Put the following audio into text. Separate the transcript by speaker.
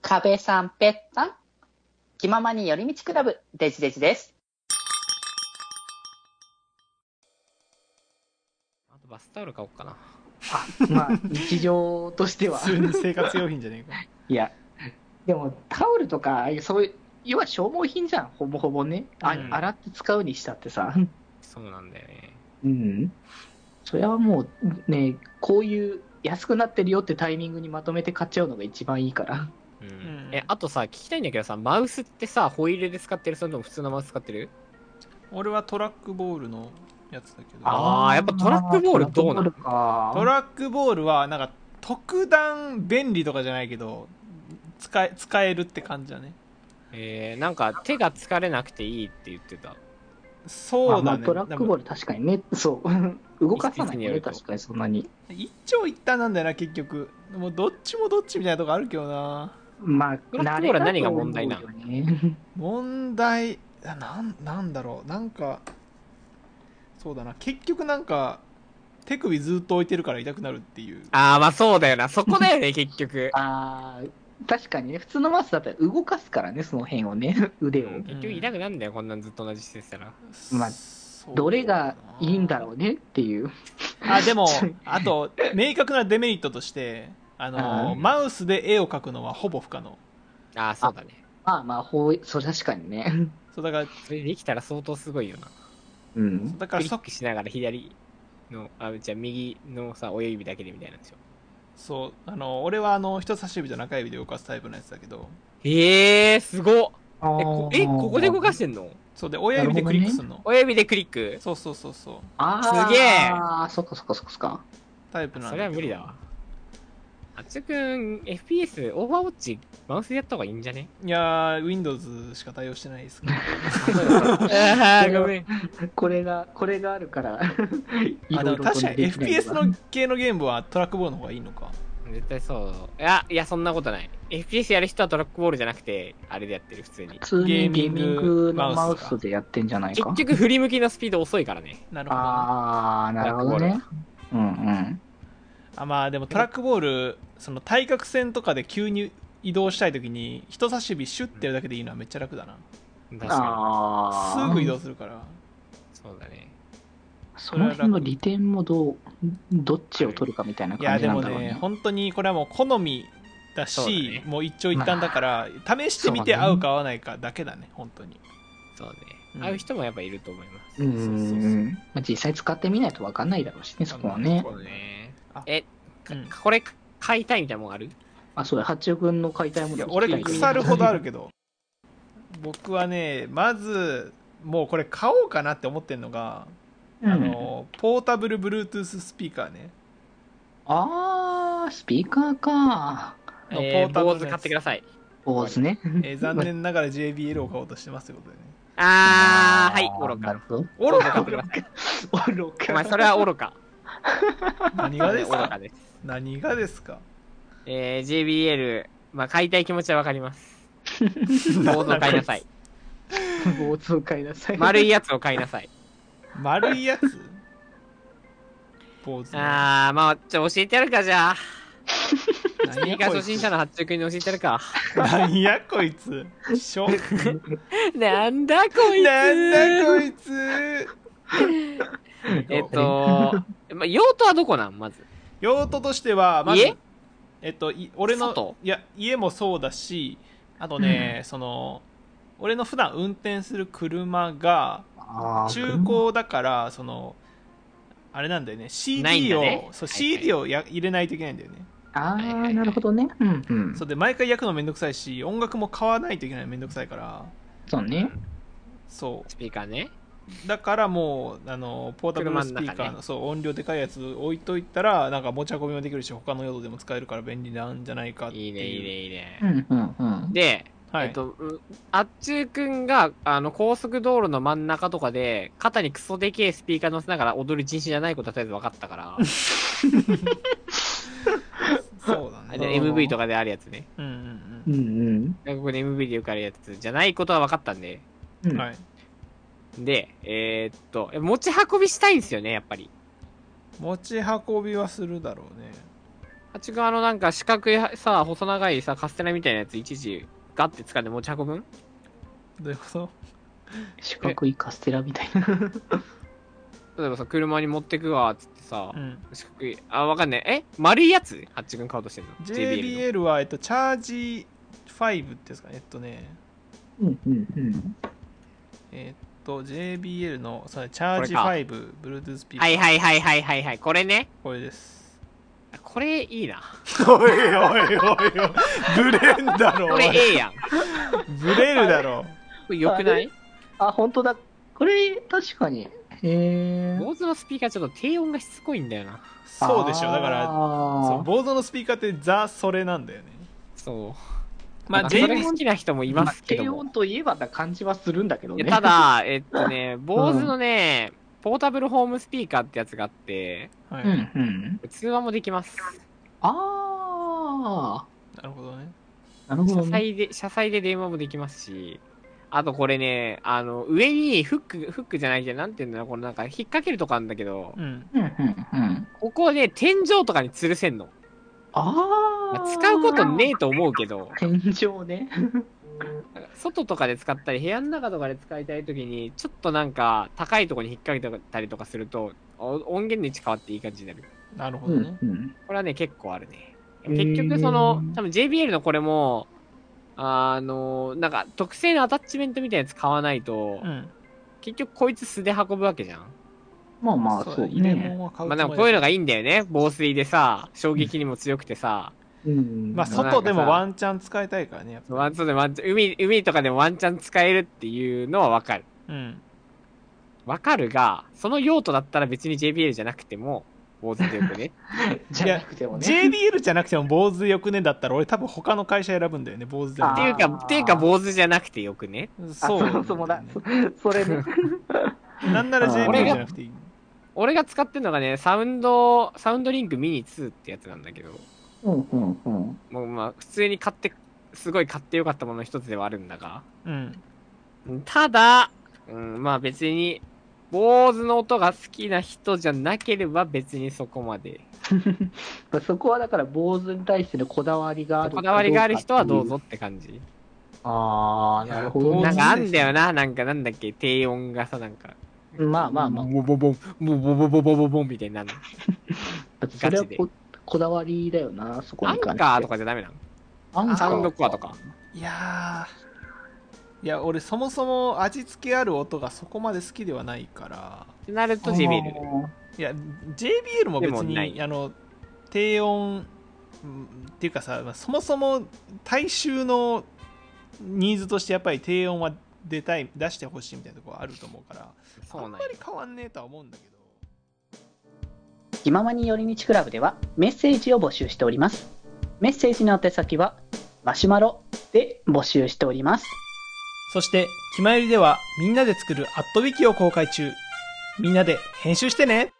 Speaker 1: 壁さん、ぺったん。気ままに寄り道クラブ、デジデジです。
Speaker 2: あとバスタオル買おうかな。
Speaker 3: まあ、日常としては。
Speaker 4: 普 通に生活用品じゃねえか。
Speaker 3: いや、でもタオルとか、そういう、要は消耗品じゃん、ほぼほぼね。あ
Speaker 2: うん
Speaker 3: 洗って使うにしたってさ。
Speaker 2: そうなんだよね。
Speaker 3: うん。それはもう、ね、こういう、安くなってるよってタイミングにまとめて買っちゃうのが一番いいから。
Speaker 2: うん。
Speaker 4: ん
Speaker 2: え、あとさ、聞きたいんだけどさ、マウスってさ、ホイールで使ってるそれとも普通のマウス使ってる
Speaker 4: 俺はトラックボールのやつだけど。
Speaker 2: あーやっぱトラックボールどうなの
Speaker 3: トラックボールか
Speaker 4: トラックボールは、なんか、特段便利とかじゃないけど、使え、使えるって感じだね。
Speaker 2: えー、なんか手が疲れなくていいって言ってた。
Speaker 4: そ
Speaker 3: ま
Speaker 4: うだ
Speaker 3: あ
Speaker 4: ね。
Speaker 3: まあトラックボール確かにね、そう。動かさない
Speaker 2: 一説
Speaker 3: よね、
Speaker 2: によると
Speaker 3: 確かにそんなに。
Speaker 4: でも一長一短なんだよな、結局。もうどっちもどっちみたいなとこあるけどな。
Speaker 3: まあ、
Speaker 2: トラックボールは何が問題なの
Speaker 3: 慣れだと思うよね
Speaker 4: 問題、あなん、なんだろう。なんか、そうだな。結局なんか、手首ずっと置いてるから痛くなるっていう。
Speaker 2: あー、まあそうだよな。そこだよ ね、結局。
Speaker 3: ああ、確かにね、普通のマウスだったら動かすからね、その辺をね、 腕を。
Speaker 2: 結局痛くなんだよ、こんなんずっと同じ姿勢したら。
Speaker 3: まあ
Speaker 4: そう
Speaker 3: どれがいいんだろうねっていう。
Speaker 4: あ でもあと明確なデメリットとしてあの
Speaker 3: あー
Speaker 4: マウスで絵を描くのはほぼ不可能
Speaker 2: あー、そうだね。
Speaker 3: まあまあ、ほう、そう確かにね。
Speaker 4: そうだから
Speaker 2: それできたら相当すごいよな。
Speaker 3: うん。
Speaker 4: だ
Speaker 2: ク
Speaker 4: から
Speaker 2: リッ
Speaker 4: そ
Speaker 2: クしながら左の、あ、じゃあ右のさ、親指だけでみたいなんでしょ。
Speaker 4: そうあの俺はあの人差し指と中指で動かすタイプのやつだけど
Speaker 2: えー、すごっえ
Speaker 3: こ
Speaker 2: こえ、ここで動かしてんの
Speaker 4: そうで親指でクリックするの
Speaker 2: 親指でクリック
Speaker 4: そうそうそうそう
Speaker 3: あー
Speaker 2: すげえ
Speaker 3: ああ、そっかそっかそっかそっか。
Speaker 4: タイプなんだ
Speaker 2: それは無理だわ。あっちくん、FPS、オーバーウォッチ、マウスでやった方がいいんじゃね
Speaker 4: いやー Windows しか対応してないですけど
Speaker 2: ああ、ごめん。
Speaker 3: これが、これがあるから、 い
Speaker 4: あでも確かに
Speaker 3: できない
Speaker 4: FPS の系のゲームはトラックボールの方がいいのか
Speaker 2: 絶対そう。いや、いや、そんなことない。FPS やる人はトラックボールじゃなくて、あれでやってる、普通に
Speaker 3: 普。通にゲーミングのマウスでやってんじゃない
Speaker 2: 結
Speaker 3: か。
Speaker 2: 局、振り向きのスピード遅いからね。
Speaker 4: なるほどね
Speaker 3: ああ、なるほどね。うんうん。
Speaker 4: あまあでもトラックボールその対角線とかで急に移動したい時に人差し指シュッてやるだけでいいのはめっちゃ楽だな
Speaker 2: 確か
Speaker 3: ああ。
Speaker 4: すぐ移動するから
Speaker 2: に。そうだね。
Speaker 3: その辺の利点もどう、どっちを取るかみたいない
Speaker 4: や
Speaker 3: 感じ
Speaker 4: で
Speaker 3: なん
Speaker 4: も
Speaker 3: だろう
Speaker 4: ね
Speaker 3: ね。
Speaker 4: 本当にこれはもう好みだし
Speaker 2: そうだね
Speaker 4: もう一長一短だから、試してみて
Speaker 3: そうね
Speaker 4: 合うか合わないかだけだね本当に
Speaker 2: そうね。
Speaker 4: うん
Speaker 2: 会う人もやっぱいると思います。
Speaker 3: う。
Speaker 4: そうそうそうん
Speaker 3: まあ実際使ってみないと分かんないだろうしね、そこはね
Speaker 4: そ。う
Speaker 2: ね
Speaker 4: あ
Speaker 2: え、か
Speaker 4: うん
Speaker 2: これ、買いたいみたいなもんある
Speaker 3: あ、そうだ、八億君の買いたいも
Speaker 4: い
Speaker 3: の
Speaker 4: や
Speaker 3: 聞きた
Speaker 4: 俺
Speaker 3: いけど
Speaker 4: 腐るほどあるけど僕はねまずもうこれ買おうかなって思ってんのが、
Speaker 3: うん
Speaker 4: あのポータブル Bluetooth スピーカーね
Speaker 3: あー、スピーカーか。
Speaker 4: の
Speaker 2: えー、
Speaker 4: ポータブ
Speaker 2: 坊
Speaker 4: ル
Speaker 2: 主
Speaker 4: の
Speaker 2: 買
Speaker 4: や
Speaker 2: っ
Speaker 4: つ
Speaker 2: てください。
Speaker 3: ポーズね。
Speaker 4: えー残念ながら JBL を買おうとしてますってことでね。
Speaker 2: あー、はい、愚
Speaker 3: な
Speaker 2: か
Speaker 3: る。ほど。
Speaker 4: オロ
Speaker 2: 愚
Speaker 4: カ
Speaker 2: か、愚か。
Speaker 3: 愚
Speaker 2: お前、
Speaker 3: か。
Speaker 2: それは愚 か。
Speaker 4: 何がで す
Speaker 2: それは愚
Speaker 4: か
Speaker 2: かです。
Speaker 4: 何がですか
Speaker 2: えー、JBL、まあ、買いたい気持ちはわかり ます。ボードを買いなさい。
Speaker 3: ボーズを買いなさい。
Speaker 2: 丸いやつを買いな さい。
Speaker 4: 丸いやつポーズの。
Speaker 2: あー、まあ、ちょ、教えてやるか、じゃあ。
Speaker 4: 何
Speaker 2: いい
Speaker 4: や
Speaker 2: か、
Speaker 4: こい
Speaker 2: 初
Speaker 4: つ
Speaker 2: 心者の発注君に教えてやる か。
Speaker 4: 何やこいつ。しょ
Speaker 2: なんだ、こいつ
Speaker 4: なんだこいつ。
Speaker 2: えっ と、まあ、用途はどこなんまず。
Speaker 4: 用途としては、まず
Speaker 2: 家、
Speaker 4: えっと、い俺
Speaker 2: 外
Speaker 4: の、いや、家もそうだし、あとね、その、俺の普段運転する車が、
Speaker 3: あー
Speaker 4: 中古だからそのあれなんだよね
Speaker 2: ないん
Speaker 4: CD
Speaker 2: だ
Speaker 4: を
Speaker 2: ね
Speaker 4: そう
Speaker 2: はいはい
Speaker 4: CD をや入れないといけないんだよね、
Speaker 3: あ
Speaker 2: はいはいは
Speaker 3: ー、
Speaker 2: い
Speaker 3: なるほどね。うんうん。
Speaker 4: そうで毎回焼くのめんどくさいし音楽も買わないといけないのめんどくさいから
Speaker 3: そうね。
Speaker 4: そ
Speaker 2: スピーカーね。
Speaker 4: うだからもうあのポータブルスピー
Speaker 2: 車
Speaker 4: カー
Speaker 2: の
Speaker 4: の
Speaker 2: 中
Speaker 4: そう音量でかいやつ置いといたらなんか持ち運びもできるし他の用途でも使えるから便利なんじゃないかっていう
Speaker 2: いいね、いいね、いいうね。
Speaker 3: んうんうん。
Speaker 2: で、
Speaker 4: はい、
Speaker 2: えっと、うあっちゅうくんが、あの、高速道路の真ん中とかで、肩にクソでけえスピーカー乗せながら踊る人種じゃないことはとりあえず分か ったから、
Speaker 4: そうだ
Speaker 2: あ
Speaker 4: ね
Speaker 2: れ MV とかであるやつね。
Speaker 4: うん
Speaker 3: うんうん
Speaker 2: 外国で MV でよくあるやつじゃないことは分かったんで。
Speaker 3: う。
Speaker 4: うんんはい
Speaker 2: で、えーっと、え持ち運びしたいんですよね、やっぱり。
Speaker 4: 持ち運びはするだろうね
Speaker 2: 八があのなんか四角いさ、細長いさ、カステラみたいなやつ一時ガッて掴んで持ち運ぶん
Speaker 4: どういうこと
Speaker 3: 四角いカステラみたいな。
Speaker 2: 例えばさ、車に持ってくわ、つってさ、
Speaker 4: うん
Speaker 2: 四角い、あ、わかんねえ。え丸いやつ八君買おうとしてんの JBL の。
Speaker 4: JBL は、えっと、チャージ5ってですかね。えっとね、
Speaker 3: うんうんうん。
Speaker 4: えっと、JBL の、そうねチャージ
Speaker 2: こ
Speaker 4: 5、Bluetooth スピーカー、
Speaker 2: はいはいはいはいはいはい。これね。
Speaker 4: これです。
Speaker 2: これいいな。
Speaker 4: おいおいおいおい、ブレんだろ、
Speaker 2: これええやん。こ
Speaker 4: ブレるだろ。
Speaker 2: れ良くない
Speaker 3: あ、本当だ。これ、確かに。へー。
Speaker 2: 坊主のスピーカーちょっと低音がしつこいんだよな。
Speaker 4: そうでしょ、だから、そ
Speaker 3: ら
Speaker 4: う坊主のスピーカーってザ・それなんだよね。
Speaker 2: そう。
Speaker 4: ま
Speaker 2: ま
Speaker 4: あ、
Speaker 2: あ、
Speaker 3: それ
Speaker 4: JBL
Speaker 2: れ好きな人もいますけど
Speaker 3: 低
Speaker 2: も
Speaker 3: 音。といえばな感じはするんだけど
Speaker 2: いや
Speaker 3: ね。
Speaker 2: た、だ、えっとね、坊主のね、ポータブルホームスピーカーってやつがあって、
Speaker 4: はい、
Speaker 3: うんう。
Speaker 4: なん
Speaker 2: 通話もできます。
Speaker 3: あ
Speaker 4: るほどね。
Speaker 3: ー。なるほ
Speaker 2: 車
Speaker 3: どね。
Speaker 2: 載で、車載で電話もできますし、あとこれね、あの、上にフック、フックじゃないけど、なんていうんだろう、このなんか引っ掛けるとこあるんだけど、
Speaker 4: うん。
Speaker 3: うんうんうん。
Speaker 2: ここで天井とかに吊るせんの。
Speaker 3: あ
Speaker 2: ま
Speaker 3: あ
Speaker 2: あ。使うことねえと思うけど、
Speaker 3: 天井ね。
Speaker 2: なんか外とかで使ったり、部屋の中とかで使いたいときに、ちょっとなんか高いとこに引っ掛けたりとかすると、お音源の位置変わっていい感じになる。
Speaker 4: なるほ
Speaker 3: う
Speaker 4: ど
Speaker 3: ん
Speaker 4: ね。
Speaker 3: うん。
Speaker 2: これはね、結構あるね。
Speaker 3: へー
Speaker 2: 結局、その、多分 JBL のこれも、あの、なんか、特製のアタッチメントみたいなやつ買わないと、
Speaker 4: うん。
Speaker 2: 結局こいつ素で運ぶわけじゃん。
Speaker 3: まあまあ、そう
Speaker 4: 入れ
Speaker 3: ね。
Speaker 4: 物は買う
Speaker 2: まあ
Speaker 4: つ
Speaker 2: で
Speaker 4: も
Speaker 2: も
Speaker 4: りだ
Speaker 2: こういうのがいいんだよね。防水でさ、衝撃にも強くてさ、
Speaker 3: うん。
Speaker 4: まあ、
Speaker 2: そう
Speaker 4: 外でもワンチャン使いたいからね、やっぱ。
Speaker 2: ワンそうだよワンチャン海、海とかでもワンチャン使えるっていうのはわかる。
Speaker 4: うん。
Speaker 2: わかるが、その用途だったら別に JBL じゃなくても、坊主でよく ね。
Speaker 3: じゃなくてもね。
Speaker 4: JBL じゃなくても坊主でよくねだったら、俺多分他の会社選ぶんだよね、坊主でも
Speaker 3: あ
Speaker 2: ってい
Speaker 3: ー
Speaker 2: うか、っていうか坊主じゃなくてよくね。
Speaker 3: あ
Speaker 4: そ
Speaker 3: そうもそもだ。そそれね。
Speaker 4: なんなら
Speaker 3: あー
Speaker 4: JBL じゃなくていい。
Speaker 2: 俺が使ってるのがね、サウンド、サウンドリンクミニ2ってやつなんだけど。
Speaker 3: うんうんうん。
Speaker 2: もうまあ、普通に買って、すごい買ってよかったものの一つではあるんだが。
Speaker 4: うん。
Speaker 2: ただ、うん、まあ別に、坊主の音が好きな人じゃなければ別にそこまで。
Speaker 3: そこはだから坊主に対してのこだわりがある。
Speaker 2: こだわりがある人はどうぞ。って感じ。
Speaker 3: ああ、なるほど
Speaker 4: いや
Speaker 2: な
Speaker 3: ね
Speaker 2: ん。かあんだよな、なんかなんだっけ、低音がさ、なんか。
Speaker 3: まあまあまあ
Speaker 2: ボボボン、ボボボボボボボンみたいになるの。
Speaker 3: それはここだわりだよな、そこ
Speaker 2: ア
Speaker 3: に
Speaker 2: ン
Speaker 3: 関して。
Speaker 2: カーとかじゃダメなの
Speaker 3: アンカー、
Speaker 2: サウンドコアとか。
Speaker 4: いやー。いや、俺そもそも味付けある音がそこまで好きではないから。
Speaker 2: ってなると JBL。
Speaker 4: いや、JBL も別
Speaker 2: でもな
Speaker 4: に、
Speaker 2: い
Speaker 4: あの、低音、うんっていうかさ、まあそもそも大衆のニーズとしてやっぱり低音は出たい、出してほしいみたいなところはあると思うから、
Speaker 2: そう
Speaker 4: あん
Speaker 2: な
Speaker 4: ま
Speaker 2: んや
Speaker 4: り変わんねえとは思うんだけど。
Speaker 1: 気ままに寄り道クラブではメッセージを募集しておりますメッセージの宛先はマシュマロで募集しております
Speaker 4: そして、気まよりではみんなで作るアットウィキを公開中。みんなで編集してね